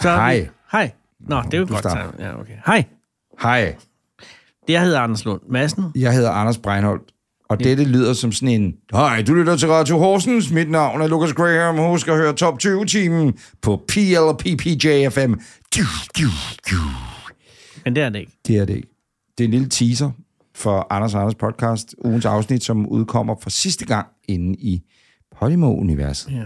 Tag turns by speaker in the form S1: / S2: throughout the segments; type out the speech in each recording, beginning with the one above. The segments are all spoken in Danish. S1: Så er vi-
S2: Hej.
S1: Hej. Nå, det er jo
S2: Du
S1: godt
S2: starter.
S1: tegn. Ja, okay. Hej.
S2: Hej,
S1: Jeg hedder Anders Lund Madsen.
S2: jeg hedder Anders Breinholt, og dette lyder som sådan en... Hej, du lytter til Radio Horsens. Mit navn er Lucas Graham. Husk at høre Top 20-timen på PLPPJFM. Du, du, du.
S1: Men det er det ikke.
S2: Det er det ikke. Det er en lille teaser for Anders og Anders podcast, ugens afsnit, som udkommer for sidste gang inde i Podimo-universet.
S1: Ja.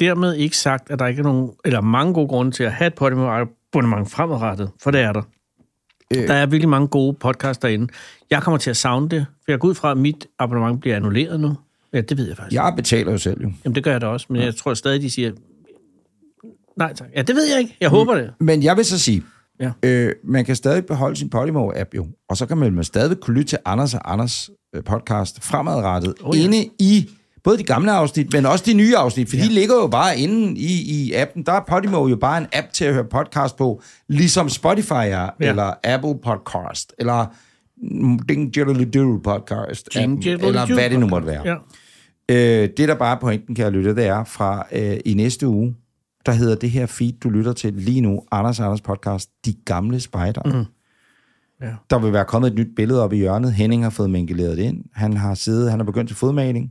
S1: Dermed ikke sagt, at der ikke er nogen, eller mange gode grunde til at have et Podimo-abonnement fremadrettet, for det er der. Øh. Der er virkelig mange gode podcasts derinde. Jeg kommer til at savne det, for jeg går ud fra, at mit abonnement bliver annulleret nu. Ja, det ved jeg faktisk. Ja.
S2: Jeg betaler jo selv, jo.
S1: Jamen, det gør jeg da også, men jeg tror stadig, de siger, nej tak. Ja, det ved jeg ikke.
S2: Mm.
S1: Jeg håber det.
S2: Men jeg vil så sige,
S1: Ja.
S2: øh, man kan stadig beholde sin Podimo-app jo, og så kan man man stadig kunne lytte til Anders og Anders øh, podcast fremadrettet, oh,
S1: ja.
S2: ja. inde i både de gamle afsnit, men også de nye afsnit, for ja. de ligger jo bare inde i, i appen. Der er Podimo jo bare en app til at høre podcast på, ligesom Spotify er, ja. eller Apple Podcast, eller mm, Ding Jiddly Doodle Podcast, appen, eller hvad det nu måtte være.
S1: Ja.
S2: Øh, det, der bare er pointen, kan jeg lytte, det er fra øh, i næste uge, der hedder det her feed, du lytter til lige nu, Anders og Anders podcast, De Gamle Spejder. Mm.
S1: Ja.
S2: Der vil være kommet et nyt billede op i hjørnet. Henning har fået minkeleret det ind. Han har siddet, han har begyndt til fodmaling.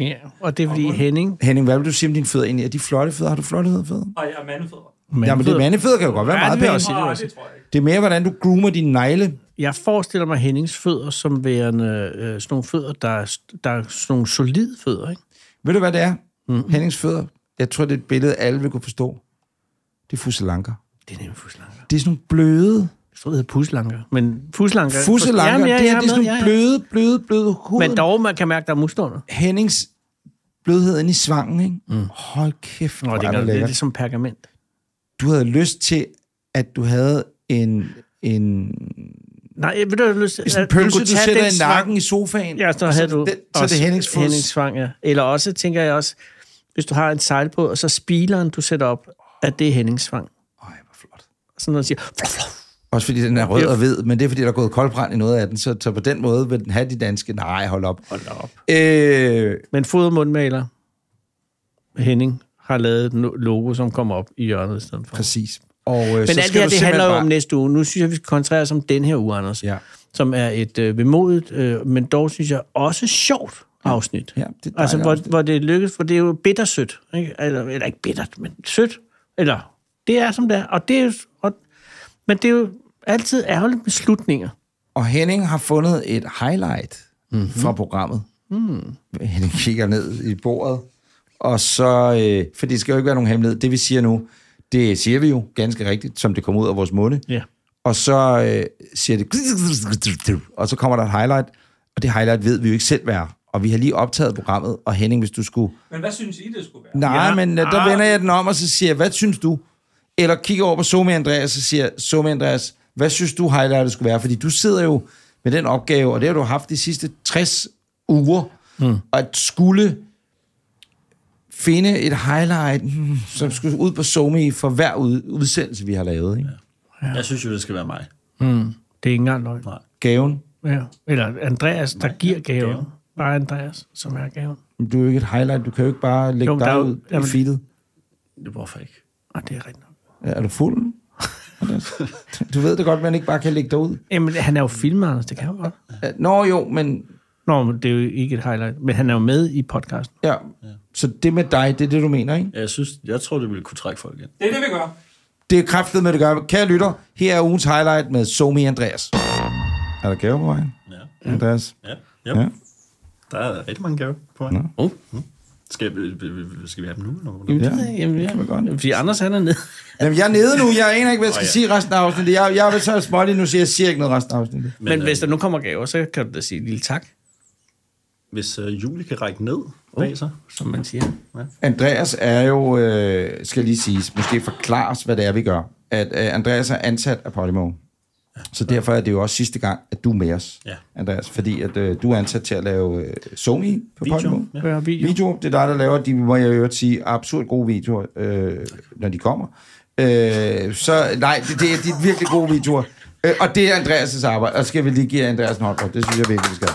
S1: ja. Og det er fordi Henning...
S2: Henning, hvad vil du sige om dine fødder egentlig? Er de flotte fødder? Har du flotte fødder?
S3: Og jeg er mandefødder.
S2: Jamen, det mandefødder kan jo godt være
S1: Ja,
S2: meget
S1: det vil jeg
S2: pænt.
S1: også sige.
S3: Nej, det tror jeg ikke.
S2: Det er mere, hvordan du groomer dine negle.
S1: Jeg forestiller mig Hennings fødder som værende øh, sådan nogle fødder, der er, der er sådan nogle solide fødder, ikke?
S2: Ved du, hvad det er? Mm. Hennings fødder. Jeg tror, det er et billede, alle vil kunne forstå. Det er fuselanker.
S1: Det er nemlig fuslanker.
S2: Det er sådan nogle bløde,
S1: Jeg tror, det hedder puslanker. Men fuslanker...
S2: fuselanker.
S1: Jamen,
S2: Ja,
S1: ja,
S2: ja, det
S1: jeg
S2: her, det er
S1: med,
S2: sådan nogle
S1: ja, ja.
S2: bløde, bløde, bløde hud.
S1: Men dog, man kan mærke, der er muskler under.
S2: Hennings blødhed inde i svangen, ikke? Mm. Hold kæft,
S1: Nå,
S2: hvor
S1: det,
S2: er
S1: gør,
S2: det
S1: det er
S2: lækkert.
S1: ligesom pergament.
S2: Du havde lyst til, at du havde en, en,
S1: Nej, jeg ved du, jeg har lyst til...
S2: sådan en
S1: at- du
S2: pølse,
S1: kunne
S2: du
S1: tage
S2: sætter
S1: den
S2: i
S1: svang.
S2: nakken i sofaen.
S1: Ja, så
S2: og
S1: havde du
S2: det, så er det Hennings fod.
S1: Hennings svang, ja. Eller også, tænker jeg også, hvis du har en sejl på, og så spileren, du sætter op, at det er Hennings svang.
S2: Ej, hvor flot.
S1: Sådan noget siger... fluff, fluff.
S2: Også fordi den er rød
S1: Ja.
S2: og hvid, men det er fordi, der er gået koldbrand i noget af den, så, så på den måde vil den have de danske. Nej, hold op.
S1: Hold da op.
S2: Øh,
S1: Men fod- og mundmaler Henning har lavet et no- logo, som kommer op i hjørnet i stedet for.
S2: præcis. Og, øh,
S1: Men alt det her, det handler jo om næste uge. Nu synes jeg, vi skal koncentrere os om den her uge, Anders.
S2: Ja.
S1: Som er et øh, vemodigt, øh, men dog synes jeg også sjovt afsnit.
S2: Ja, det er et dejligt
S1: altså, hvor,
S2: afsnit.
S1: hvor det lykkes, for det er jo bittersødt. Ikke? Eller, eller ikke bittert, men sødt. Eller, det er som det er. Og det er jo, og, men det er jo altid ærgerligt med slutninger.
S2: Og Henning har fundet et highlight mm-hmm. fra programmet. Mm. Henning kigger ned i bordet, og så, øh, for det skal jo ikke være nogen hemmelighed, det vi siger nu, det siger vi jo ganske rigtigt, som det kommer ud af vores munde.
S1: Ja.
S2: Og så øh, siger det, og så kommer der et highlight, og det highlight ved vi jo ikke selv hvad er. Og vi har lige optaget programmet, og Henning, hvis du skulle...
S3: Men hvad synes I, det skulle være?
S2: Nej, ja,
S1: Ja,
S2: men øh, der
S1: ah.
S2: vender jeg den om, og så siger jeg, hvad synes du? Eller kigger over på Somi Andreas, og siger, Somi Andreas, hvad synes du highlightet skulle være? Fordi du sidder jo med den opgave, og det har du haft de sidste 60 uger, mm. at skulle finde et highlight, hmm, som skulle ud på Somi for hver ud- udsendelse, vi har lavet. Ikke?
S3: Jeg synes jo, det skal være mig.
S1: Det er ikke engang løgn.
S2: Gaven.
S1: Ja. Eller Andreas, der giver gaven. Bare Andreas, som er gaven.
S2: Men Du er jo ikke et highlight, du kan jo ikke bare lægge
S1: Jo,
S2: jo,
S1: men der er
S2: dig
S1: jo-
S2: ud i
S1: jamen-
S2: feedet.
S3: Det hvorfor ikke?
S1: Og Ah, det er rigtigt nok.
S2: Er er du fuld? Du ved det godt, man ikke bare kan lægge dig ud.
S1: Jamen, han er jo filmer, Anders, det kan han godt.
S2: Nå jo, men
S1: Nå, men det er jo ikke et highlight, men han er jo med i podcasten.
S2: Ja. Så det med dig, det er det, du mener, ikke?
S4: Ja, Jeg, synes, jeg tror, det ville kunne trække folk ind.
S3: Det er det, vi gør.
S2: Det er kraftet med det gør. Kære lytter, her er ugens highlight med Somi Andreas. Er der gave på vejen?
S4: Ja.
S2: Andreas?
S4: Ja. Yep.
S2: Ja.
S4: ja. Der er rigtig mange gaver på vej. Oh. Mm. Skal, vi- skal vi have dem nu? Eller? hvordan?
S2: Ja.
S1: Jamen, ja. Fordi Anders, han er nede.
S2: Jamen, jeg er nede nu. Jeg aner ikke, hvad jeg skal
S4: Åh, ja.
S2: sige resten af afsnittet. Jeg, jeg vil så smålig nu, så jeg siger ikke noget resten af afsnittet.
S1: Men, øh, men hvis der nu kommer gaver, så kan du da sige et lille tak, Mm.
S4: Hvis øh, Julie kan række ned bag sig.
S1: som man siger.
S2: Andreas er jo, øh, skal lige siges, måske forklares, hvad det er, vi gør. At øh, Andreas er ansat af Podimo. Så derfor er det jo også sidste gang, at du er med os,
S4: Ja.
S2: Andreas. Fordi at, øh, du er ansat til at lave øh, Somi på
S4: Video,
S2: Podimo.
S4: ja.
S1: Hør video. video.
S2: Video, det er dig, der laver de, må jeg i øvrigt sige, absurd gode videoer, øh, når de kommer. Øh, så nej, det, det, er, de er virkelig gode videoer. Øh, og det er Andreas' arbejde, og skal vi lige give Andreas en hånd på. Det synes jeg virkelig, vi skal.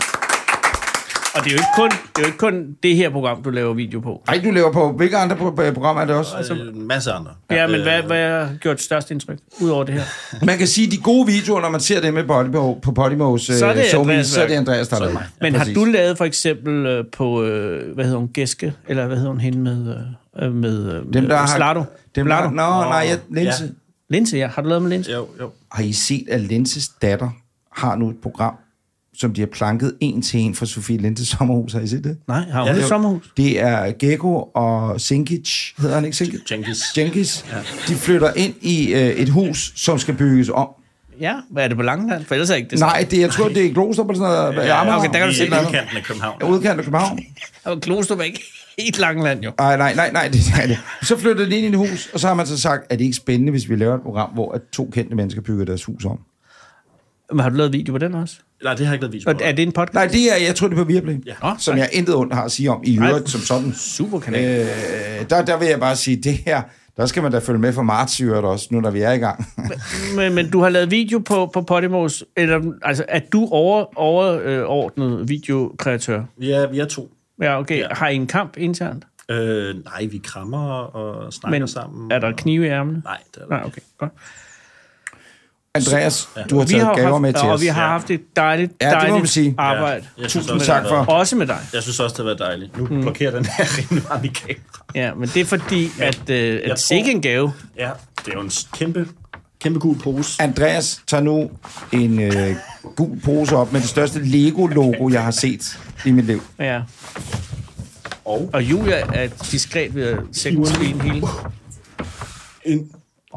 S1: Og det er, jo ikke kun, det er jo ikke kun det her program, du laver video på.
S2: Ej, du lever på. Hvilke andre pro- øh, programmer er det også?
S4: Altså, en masse andre.
S1: Ja, men
S4: Øh,
S1: hvad, hvad har gjort størst indtryk ud over det her?
S2: Man kan sige, de gode videoer, når man ser det med Podimo, på Podimos øh,
S1: Så er det
S2: SoMe,
S1: Andreas
S2: så er det
S1: Værk.
S2: Andreas, der er med.
S1: Men
S2: Ja,
S1: har
S2: præcis.
S1: du lavet for eksempel øh, på, øh, hvad hedder hun, Gæske? Eller hvad hedder hun hende med, øh, med, øh,
S2: Dem, der har...
S1: Slado?
S2: Dem, der,
S1: Slado?
S2: nå, nej, jeg, Linse.
S4: Ja.
S1: Linse, ja. Har du lavet med Linse?
S4: Jo, jo.
S2: Har I set, at Linses datter har nu et program, som de har planket en til en fra Sofie Linses sommerhus? Har I set det?
S1: Nej, har hun ja, et
S4: jo.
S1: sommerhus?
S2: Det er Gekko og Sinkic, hedder han ikke Sinkic?
S4: Jenkins.
S2: Jenkins. Ja. De flytter ind i øh, et hus, som skal bygges om.
S1: Ja, hvad er det på Langeland? For ellers er det ikke det
S2: Nej, det, jeg tror, det er i Glostrup eller sådan noget. Ja,
S1: Ah, okay, der kan du
S4: I
S1: se noget.
S4: udkanten af København.
S2: Udkant af København.
S1: Og Klostrup er ikke helt Langeland, jo.
S2: Ej, nej, nej, nej, det er det. Så flytter de ind i et hus, og så har man så sagt, er det ikke spændende, hvis vi laver et program, hvor at to kendte mennesker bygger deres hus om?
S1: Men har du lavet video på den også?
S4: Nej, det har jeg ikke lavet video
S1: Og
S4: på.
S1: er det en podcast?
S2: Nej, det er, jeg tror, det er på Viaplay, ja.
S1: Nå,
S2: som
S1: nej.
S2: jeg intet ondt har at sige om i øvrigt som sådan.
S1: Super kanal. Øh,
S2: Øh, der, der vil jeg bare sige, det her, der skal man da følge med for marts i øvrigt også, nu når vi er i gang.
S1: men, men du har lavet video på, på Podimos, eller altså, er du over, overordnet øh, videokreatør?
S4: Vi er, vi er to.
S1: Ja, okay. Ja.
S4: Ja.
S1: Har I en kamp internt?
S4: Øh, nej, vi krammer og snakker
S1: Men
S4: sammen.
S1: er der knive i ærmene?
S4: Nej, det er der
S1: Nej,
S4: ikke.
S1: okay. Godt.
S2: Andreas, du har taget gaver
S1: haft,
S2: med til
S1: og
S2: os.
S1: vi har
S4: Ja.
S1: haft et dejligt,
S2: Ja, det må man
S1: dejligt
S2: sige.
S1: arbejde.
S4: Jeg synes
S2: Tusind
S4: også, det har
S2: tak for.
S4: været-
S1: Også med dig.
S4: Jeg synes også, det har været dejligt. Nu mm. blokerer den her rimelig meget i kamera.
S1: Ja, men det er fordi, at, øh, at det er ikke en gave.
S4: Ja, det er jo en s- kæmpe, kæmpe gul pose.
S2: Andreas tager nu en øh, gul pose op med det største Lego-logo, jeg har set i mit liv.
S1: Ja.
S4: Og?
S1: og Julia er diskret ved at sætte ud i en hele.
S4: En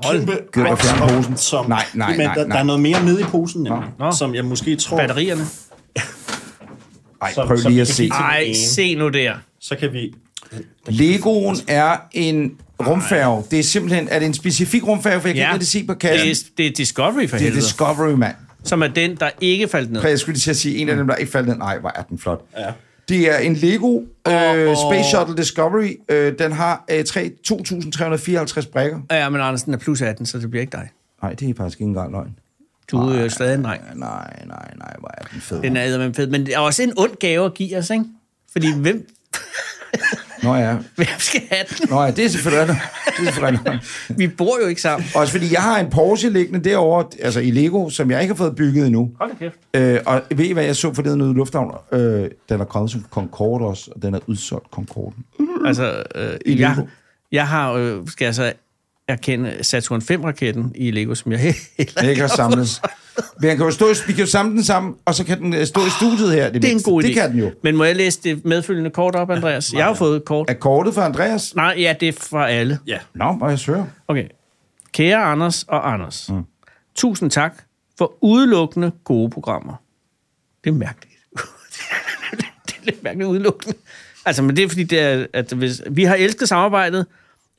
S1: Hold.
S4: kæmpe
S2: Gider du at fjerne
S4: boks op,
S2: posen?
S4: Som,
S2: Nej, nej,
S4: men
S2: nej,
S4: der,
S2: nej.
S4: der er noget mere nede i posen, nemlig,
S1: Nå.
S4: som jeg måske tror...
S1: Batterierne.
S2: Ej,
S4: Som-
S2: prøv
S4: som
S2: lige
S4: vi
S2: at
S4: kan
S2: se.
S4: kigge
S1: Ej,
S4: ene.
S1: se nu der.
S4: Så kan vi...
S2: Legoen er en rumfærge. Det er simpelthen, er det en specifik rumfærge, for jeg kan
S1: Ja.
S2: ikke rigtig se på
S1: Det
S2: kassen.
S1: er, det er Discovery for
S2: Det er
S1: helvede,
S2: Discovery, mand.
S1: som er den, der ikke faldt ned.
S2: For jeg skulle lige til at sige, en af dem, der ikke faldt ned. Nej, hvor er den flot.
S4: Ja.
S2: Det er en Lego øh, Space Shuttle Discovery. Øh, den har øh, tre- 2.354 brækker.
S1: Ja, men Andersen er plus 18, så det bliver ikke dig.
S2: Nej, det er faktisk ikke engang løgn.
S1: Du er jo stadig en dreng.
S2: Nej, nej, nej, hvor er den fed.
S1: Den er eddermame fed. Men det er også en ond gave at give os, ikke? Fordi hvem,
S2: Nå ja,
S1: hvem skal have den?
S2: Nå ja, det er selvfølgelig rigtigt. Det er selvfølgelig rigtigt.
S1: Vi bor jo ikke sammen.
S2: Også fordi jeg har en Porsche liggende derovre, altså i Lego, som jeg ikke har fået bygget endnu.
S1: Hold da kæft.
S2: Øh, og ved I, hvad jeg så forleden ude i lufthavn? Øh, den er kommet som Concorde også, og den er udsolgt Concorden.
S1: Altså, øh,
S2: I
S1: jeg,
S2: Lego.
S1: jeg har, øh, skal jeg så erkende, Saturn 5-raketten i Lego, som jeg heller
S2: Den ikke har samlet. Men han kan jo stå, i- vi kan jo samle den sammen, og så kan den øh, stå i studiet her. Det,
S1: Det er en
S2: mindste.
S1: god idé.
S2: Det kan den jo.
S1: Men må jeg læse det medfølgende kort op, Andreas? Jeg har fået et kort.
S2: Er kortet for Andreas?
S1: Nej, ja, det er fra alle.
S4: Ja,
S2: Nå, må jeg søger.
S1: Okay. Kære Anders og Anders, mm. tusind tak for udelukkende gode programmer. Det er mærkeligt. det er lidt mærkeligt udelukkende. Altså, men det er fordi, det er, at hvis, vi har elsket samarbejdet,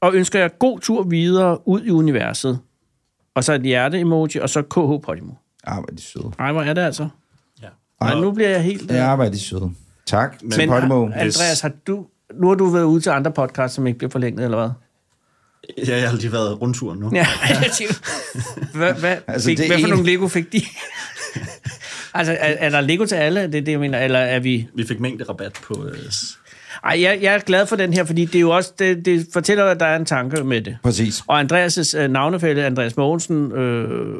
S1: og ønsker jer god tur videre ud i universet. Og så et hjerte-emoji, og så KH Podimo.
S2: Ah, hvor er de søde.
S1: Nej, hvor er det altså?
S4: ja.
S1: Ej, nu bliver jeg helt...
S2: Ja, hvor er de søde. Tak men, til
S1: Men
S2: Podimo.
S1: har, Andreas, har du, nu har du været ude til andre podcasts, som ikke bliver forlænget, eller hvad?
S4: ja jeg har lige været rundturen nu.
S1: Ja, jeg tænker, hvad, hvad,
S2: Altså,
S1: altså, fik,
S2: det er
S1: hvad for
S2: en-
S1: nogle Lego fik de? altså, er, er der Lego til alle? Det er det, jeg mener. Eller er vi...
S4: Vi fik mængde rabat på... Øh, s-
S1: Ej, jeg, jeg er glad for den her, fordi det er jo også... Det, det fortæller, at der er en tanke med det.
S2: Præcis.
S1: Og Andreas' øh, navnefælde, Andreas Mogensen, øh,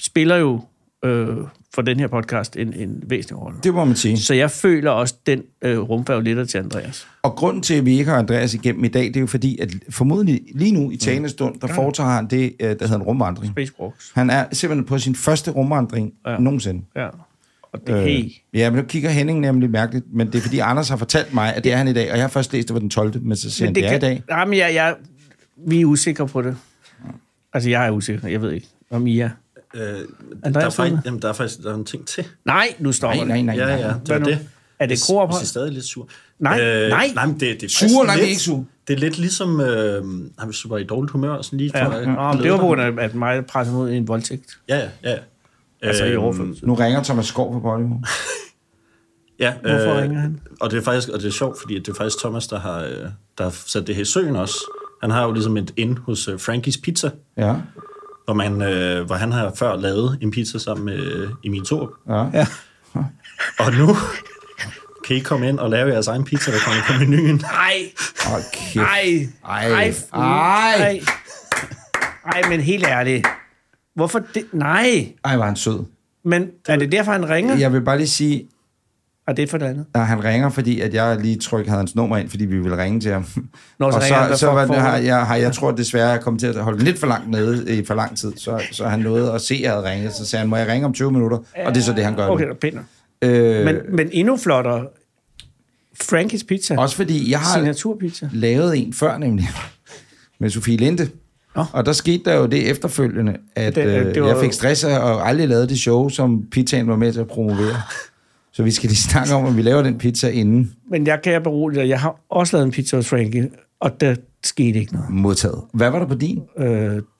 S1: spiller jo øh, for den her podcast en, en væsentlig rolle.
S2: Det må man sige.
S1: Så jeg føler også den øh, rumfærge lidt til Andreas.
S2: Og grunden til, at vi ikke har Andreas igennem i dag, det er jo fordi, at formodentlig lige nu i talende stund, der foretager han det, øh, der hedder en rumvandring.
S1: Space Walks.
S2: Han er simpelthen på sin første rumvandring ja. nogensinde.
S1: Ja. Og det, øh. hey,
S2: Ja, men nu kigger Henning nemlig mærkeligt, men det er fordi Anders har fortalt mig, at det er han i dag, og jeg har først læst, det var den 12., men så siger han, det, det er i dag.
S1: Nej, men jeg, jeg, vi er usikre på det. Altså, jeg er usikker. Jeg ved ikke, om I er.
S4: øh, der, er
S1: Andreas, hvad?
S4: faktisk, jamen, der er faktisk der er en ting til.
S1: Nej, nu stopper
S2: Nej, nej, nej.
S4: Ja,
S2: nej.
S4: ja, det
S1: Hvad
S4: er
S1: nu?
S4: det.
S1: Er det
S4: Jeg-
S1: kroophold?
S4: Jeg er stadig lidt sur. Øh,
S1: Nej, nej.
S4: nej men det, det er faktisk
S2: Sure? Nej, vi er
S4: lidt-
S2: ikke sure.
S4: Det er lidt ligesom, øh, han hvis du var i dårligt humør, og sådan lige...
S1: det.
S4: for at-
S1: Ja. Nå, men det var på grund af, at mig pressede mod i en voldtægt.
S4: Ja, ja, ja.
S1: Altså, i
S4: Øhm,
S1: overførsel.
S2: Nu ringer Thomas Skov på Bollywood.
S4: Ja, øh,
S1: Hvorfor ringer han?
S4: Og det er faktisk og det er sjovt, fordi det er faktisk Thomas, der har, øh, der har sat det her i søen også. Han har jo ligesom et ind hos øh, Frankie's Pizza,
S2: Ja,
S4: hvor, man, øh, hvor han har før lavet en pizza sammen med øh, Emil Thorup.
S2: ja. ja.
S4: Og nu kan I komme ind og lave jeres egen pizza, der kommer på menuen?
S1: Ej,
S2: Hold kæft.
S1: ej,
S2: Ej.
S1: fu-
S2: Ej.
S1: ej. Ej, men helt ærligt. Hvorfor det? Nej.
S2: Ej, var han sød.
S1: Men er det derfor, han ringer? Ja.
S2: Jeg vil bare lige sige,
S1: Og det er for det andet.
S2: at han ringer, fordi at jeg lige tryk havde hans nummer ind, fordi vi ville ringe til ham.
S1: Nå, så
S2: og
S1: ringer han,
S2: så,
S1: hvad
S2: så
S1: for-
S2: var det,
S1: for-
S2: har, jeg, har, jeg tror desværre, at jeg kom til at holde lidt for langt nede i for lang tid, så, så han nåede at se, at jeg havde ringet. Så sagde han, må jeg ringe om 20 minutter? Og det er så det, han gør
S1: Okay,
S2: nu.
S1: der pinder.
S2: Øh, Men...
S1: Men, men endnu flottere. Frankie's Pizza.
S2: Også fordi jeg har
S1: Signaturpizza.
S2: lavet en før, nemlig med Sofie Linde.
S1: Nå.
S2: Og der skete der jo det efterfølgende, at
S1: Det-
S2: det,
S1: det
S2: det
S1: var
S2: jeg
S1: jo-
S2: fik stress af og aldrig lavede det show, som pizzaen var med til at promovere. Så vi skal lige snakke om, om vi laver den pizza inden
S1: Men jeg kan berolige dig. Jeg har også lavet en pizza hos Frankie, og der skete ikke noget.
S2: modtaget. Hvad var der på din?
S1: Øh,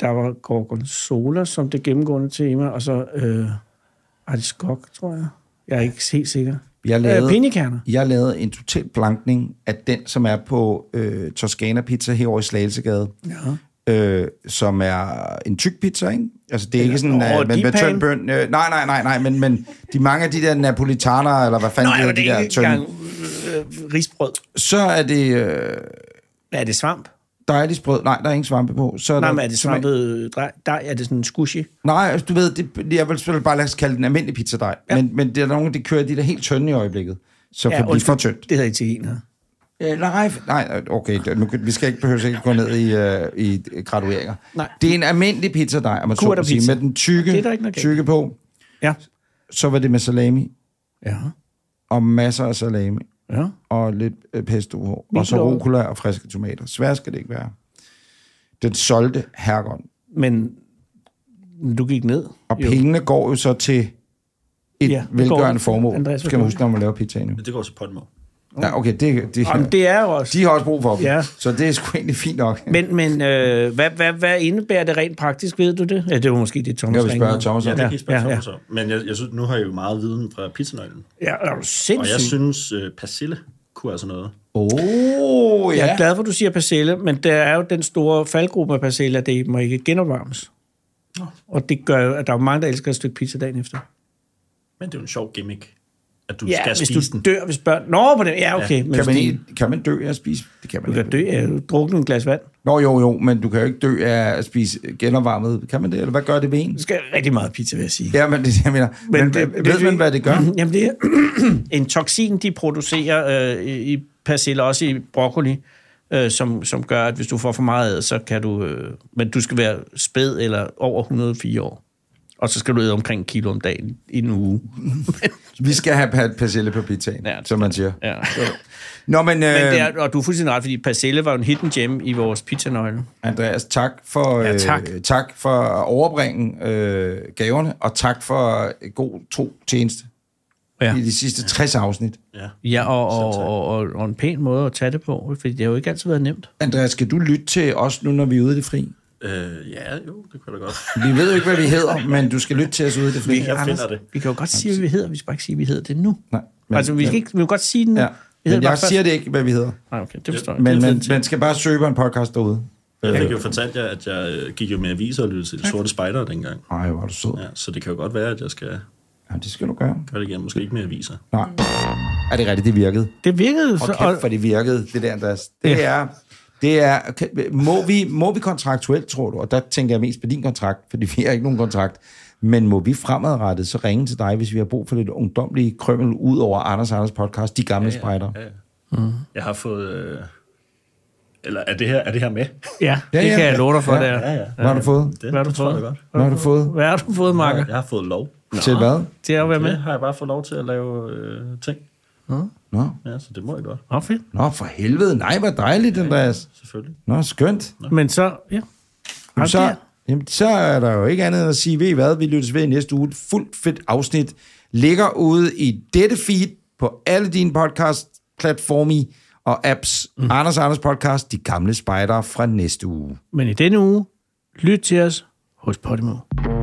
S1: der var gorgonzola som det gennemgående tema, og så øh, artiskok, tror jeg. Jeg er ikke helt sikker.
S2: Jeg
S1: Øh, pinjekerner.
S2: Jeg lavede en total blankning af den, som er på øh, Toscana Pizza herovre i Slagelsegade. Ja. Øh, som er en tyk pizza, ikke? Altså, det er ikke sådan,
S1: Nå,
S2: øh, men
S1: de
S2: med
S1: pan.
S2: tynd bøn. Øh, nej, nej, nej, nej, men, men de mange af de der napolitanere, eller hvad fanden
S1: Nå, ja,
S2: hedder
S1: men det
S2: de
S1: er
S2: der
S1: ikke engang
S2: tynde,
S1: øh, risbrød.
S2: så er det øh,
S1: Er det svamp?
S2: dejligt sprød. Nej, der er ingen svampe på. Så er
S1: Nej,
S2: der,
S1: men er det
S2: tomat-
S1: svampet drej? Der er det sådan en squishy.
S2: Nej, du ved, det, jeg vil selvfølgelig bare lade os kalde den almindelig pizzadej. Ja. Men, men det er nogen, der kører de der helt tynde i øjeblikket. Så ja, kan det blive for tyndt.
S1: Det hedder italiener.
S2: Øh, nej, nej, okay, det- nu, kan- vi skal ikke behøve at gå ned i, øh, i gradueringer.
S1: Nej.
S2: Det er en almindelig pizzadej, om man så må sige,
S1: Kurderpizza.
S2: med
S1: Det
S2: den
S1: er der
S2: tykke,
S1: ikke noget galt.
S2: tykke på.
S1: Ja.
S2: Så var det med salami,
S1: Ja.
S2: og masser af salami,
S1: Ja.
S2: og lidt øh, pesto på, og så
S1: Meatloaf.
S2: rucola og friske tomater. Svært skal det ikke være. Den solgte herregården.
S1: Men du gik ned.
S2: Og
S1: Jo.
S2: pengene går jo så til et
S1: Ja,
S2: ja,
S1: det går
S2: velgørende
S1: til
S2: formål.
S1: Andreas
S2: skal man
S1: Velgørende.
S2: huske, når man laver pizza nu.
S4: Men det går til potmål.
S2: Ja, okay, det, det,
S1: Jamen, det er jo også...
S2: de har også brug for dem.
S1: Ja.
S2: Så det er sgu egentlig fint nok.
S1: Men, men øh, hvad, hvad, hvad indebærer det rent praktisk, ved du det? Ja, det var måske det, Thomas
S2: Jeg vil spørge
S1: ringede.
S2: Thomas
S4: Ja,
S2: om
S4: det
S2: det.
S4: kan I spørge
S1: Ja,
S4: ja,
S1: ja.
S4: ja. om. Men jeg, jeg synes, nu har jeg jo meget viden fra pizzanøglen.
S1: Ja, er du
S4: Og
S1: sindssyg?
S4: jeg
S1: Jeg,
S4: synes, uh, persille kunne altså noget.
S2: Oh,
S1: jeg er glad for, at du siger persille, men der er jo den store faldgruppe af persille, at det må ikke genopvarmes. Og det gør jo, at der er mange, der elsker et stykke pizza dagen efter.
S4: Men det er jo en sjov gimmick, at du
S1: Ja,
S4: skal
S1: hvis
S4: spise
S1: du
S4: den.
S1: dør, hvis børn... Nå, på den... Ja, okay. Ja, men
S2: Kan
S1: hvis
S2: man,
S1: de-
S2: ikke, kan man dø af at spise? Det kan man
S1: Du
S2: ikke.
S1: kan dø af at drukne en glas vand.
S2: Nå jo, jo, men du kan jo ikke dø af at spise genopvarmet. Kan man det, eller hvad gør det ved en?
S1: Du skal have rigtig meget pizza, vil jeg sige.
S2: Ja, men det er det, jeg mener. Men, men det, ved det, man, hvad det gør?
S1: Jamen, det er en toksin, de producerer øh, i i persille, også i broccoli, øh, som, som gør, at hvis du får for meget af, så kan du... Øh, men du skal være spæd eller over 104 år. Og så skal du æde omkring en kilo om dagen i en uge.
S2: Vi skal have pa- persille på pizzaen,
S1: Ja,
S2: ja, som man siger.
S1: Ja.
S2: Nå, men, øh,
S1: Men det er, og du er fuldstændig ret, fordi persille var jo en hidden gem i vores pizzanøgle.
S2: Andreas, tak for,
S1: Ja, tak.
S2: Øh, tak for at overbringe øh, gaverne, og tak for øh, god tro tjeneste
S1: Ja.
S2: ja. i de sidste 60 afsnit.
S4: Ja.
S1: Ja, og, og, og, og, og en pæn måde at tage det på, fordi det har jo ikke altid været nemt.
S2: Andreas, skal du lytte til os nu, når vi er ude i det fri?
S4: Øh, ja, jo, det kunne jeg da godt.
S2: Vi ved jo ikke, hvad vi hedder, men du skal lytte til os ude i det fri.
S4: Jeg
S1: Anders,
S4: finder det.
S1: Vi kan jo godt sige, hvad vi hedder, vi skal bare ikke sige, hvad vi hedder det nu.
S2: Nej,
S1: Men, altså, vi, skal ikke, vi kan godt sige det nu.
S2: Ja.
S1: Vi hedder det
S2: Men
S1: bare
S2: jeg
S1: først.
S2: siger det ikke, hvad vi hedder.
S1: Nej, okay, det forstår jeg.
S2: Men
S1: Det er
S2: man,
S1: fint.
S2: man skal bare søge på en podcast derude.
S4: Jeg fik jo fortalt jer, at jeg øh, gik jo med aviser og lyttede til de sorte spejdere dengang.
S2: Ej, hvor er du sød. Ja.
S4: Ja, så det kan jo godt være, at jeg skal
S2: ja, det skal du gøre.
S4: gøre det igen. Måske ikke med aviser.
S2: Nej. Er det rigtigt, det virkede?
S1: det virkede så...
S2: Og kæft, for det virkede, det der, Andreas. Det er... Det er kan- må, vi, må vi kontraktuelt, tror du? Og der tænker jeg mest på din kontrakt, fordi vi har ikke nogen kontrakt. Men må vi fremadrettet så ringe til dig, hvis vi har brug for lidt ungdomlige krømmel ud over Anders Anders podcast, De Gamle ja, ja. Spejder?
S4: Ja, ja.
S2: Mm.
S4: Jeg har fået... Øh... Eller er det her, er det her med?
S1: ja,
S2: Ja,
S1: det
S2: ja,
S1: kan jeg
S2: ja.
S1: love dig for,
S2: Ja,
S1: det er.
S4: Ja, ja.
S2: Hvad har du fået?
S4: Det,
S1: Hvad har du
S4: det tror
S1: fået?
S4: jeg godt.
S2: Hvad har du fået?
S1: Hvad har du fået, Marker?
S4: Jeg har fået lov. Nå,
S2: Til hvad?
S1: Det er at være med.
S4: det har jeg bare fået lov til at lave øh, ting.
S2: Nå.
S4: Ja, så det må jeg godt,
S1: Nå, fedt.
S2: Nå, for helvede. Nej, hvor dejligt, Andreas.
S4: selvfølgelig.
S2: Nå, skønt.
S1: Men så... Ja.
S2: Jamen,
S1: Jamen,
S2: så,
S1: det-
S2: jamen, så er der jo ikke andet end at sige, ved I hvad, vi lyttes ved i næste uge. Et fuldt fedt afsnit ligger ude i dette feed på alle dine podcast-platforme og apps. Mm. Anders Anders Podcast, De Gamle Spejdere fra næste uge.
S1: Men i denne uge, lyt til os hos Podimo.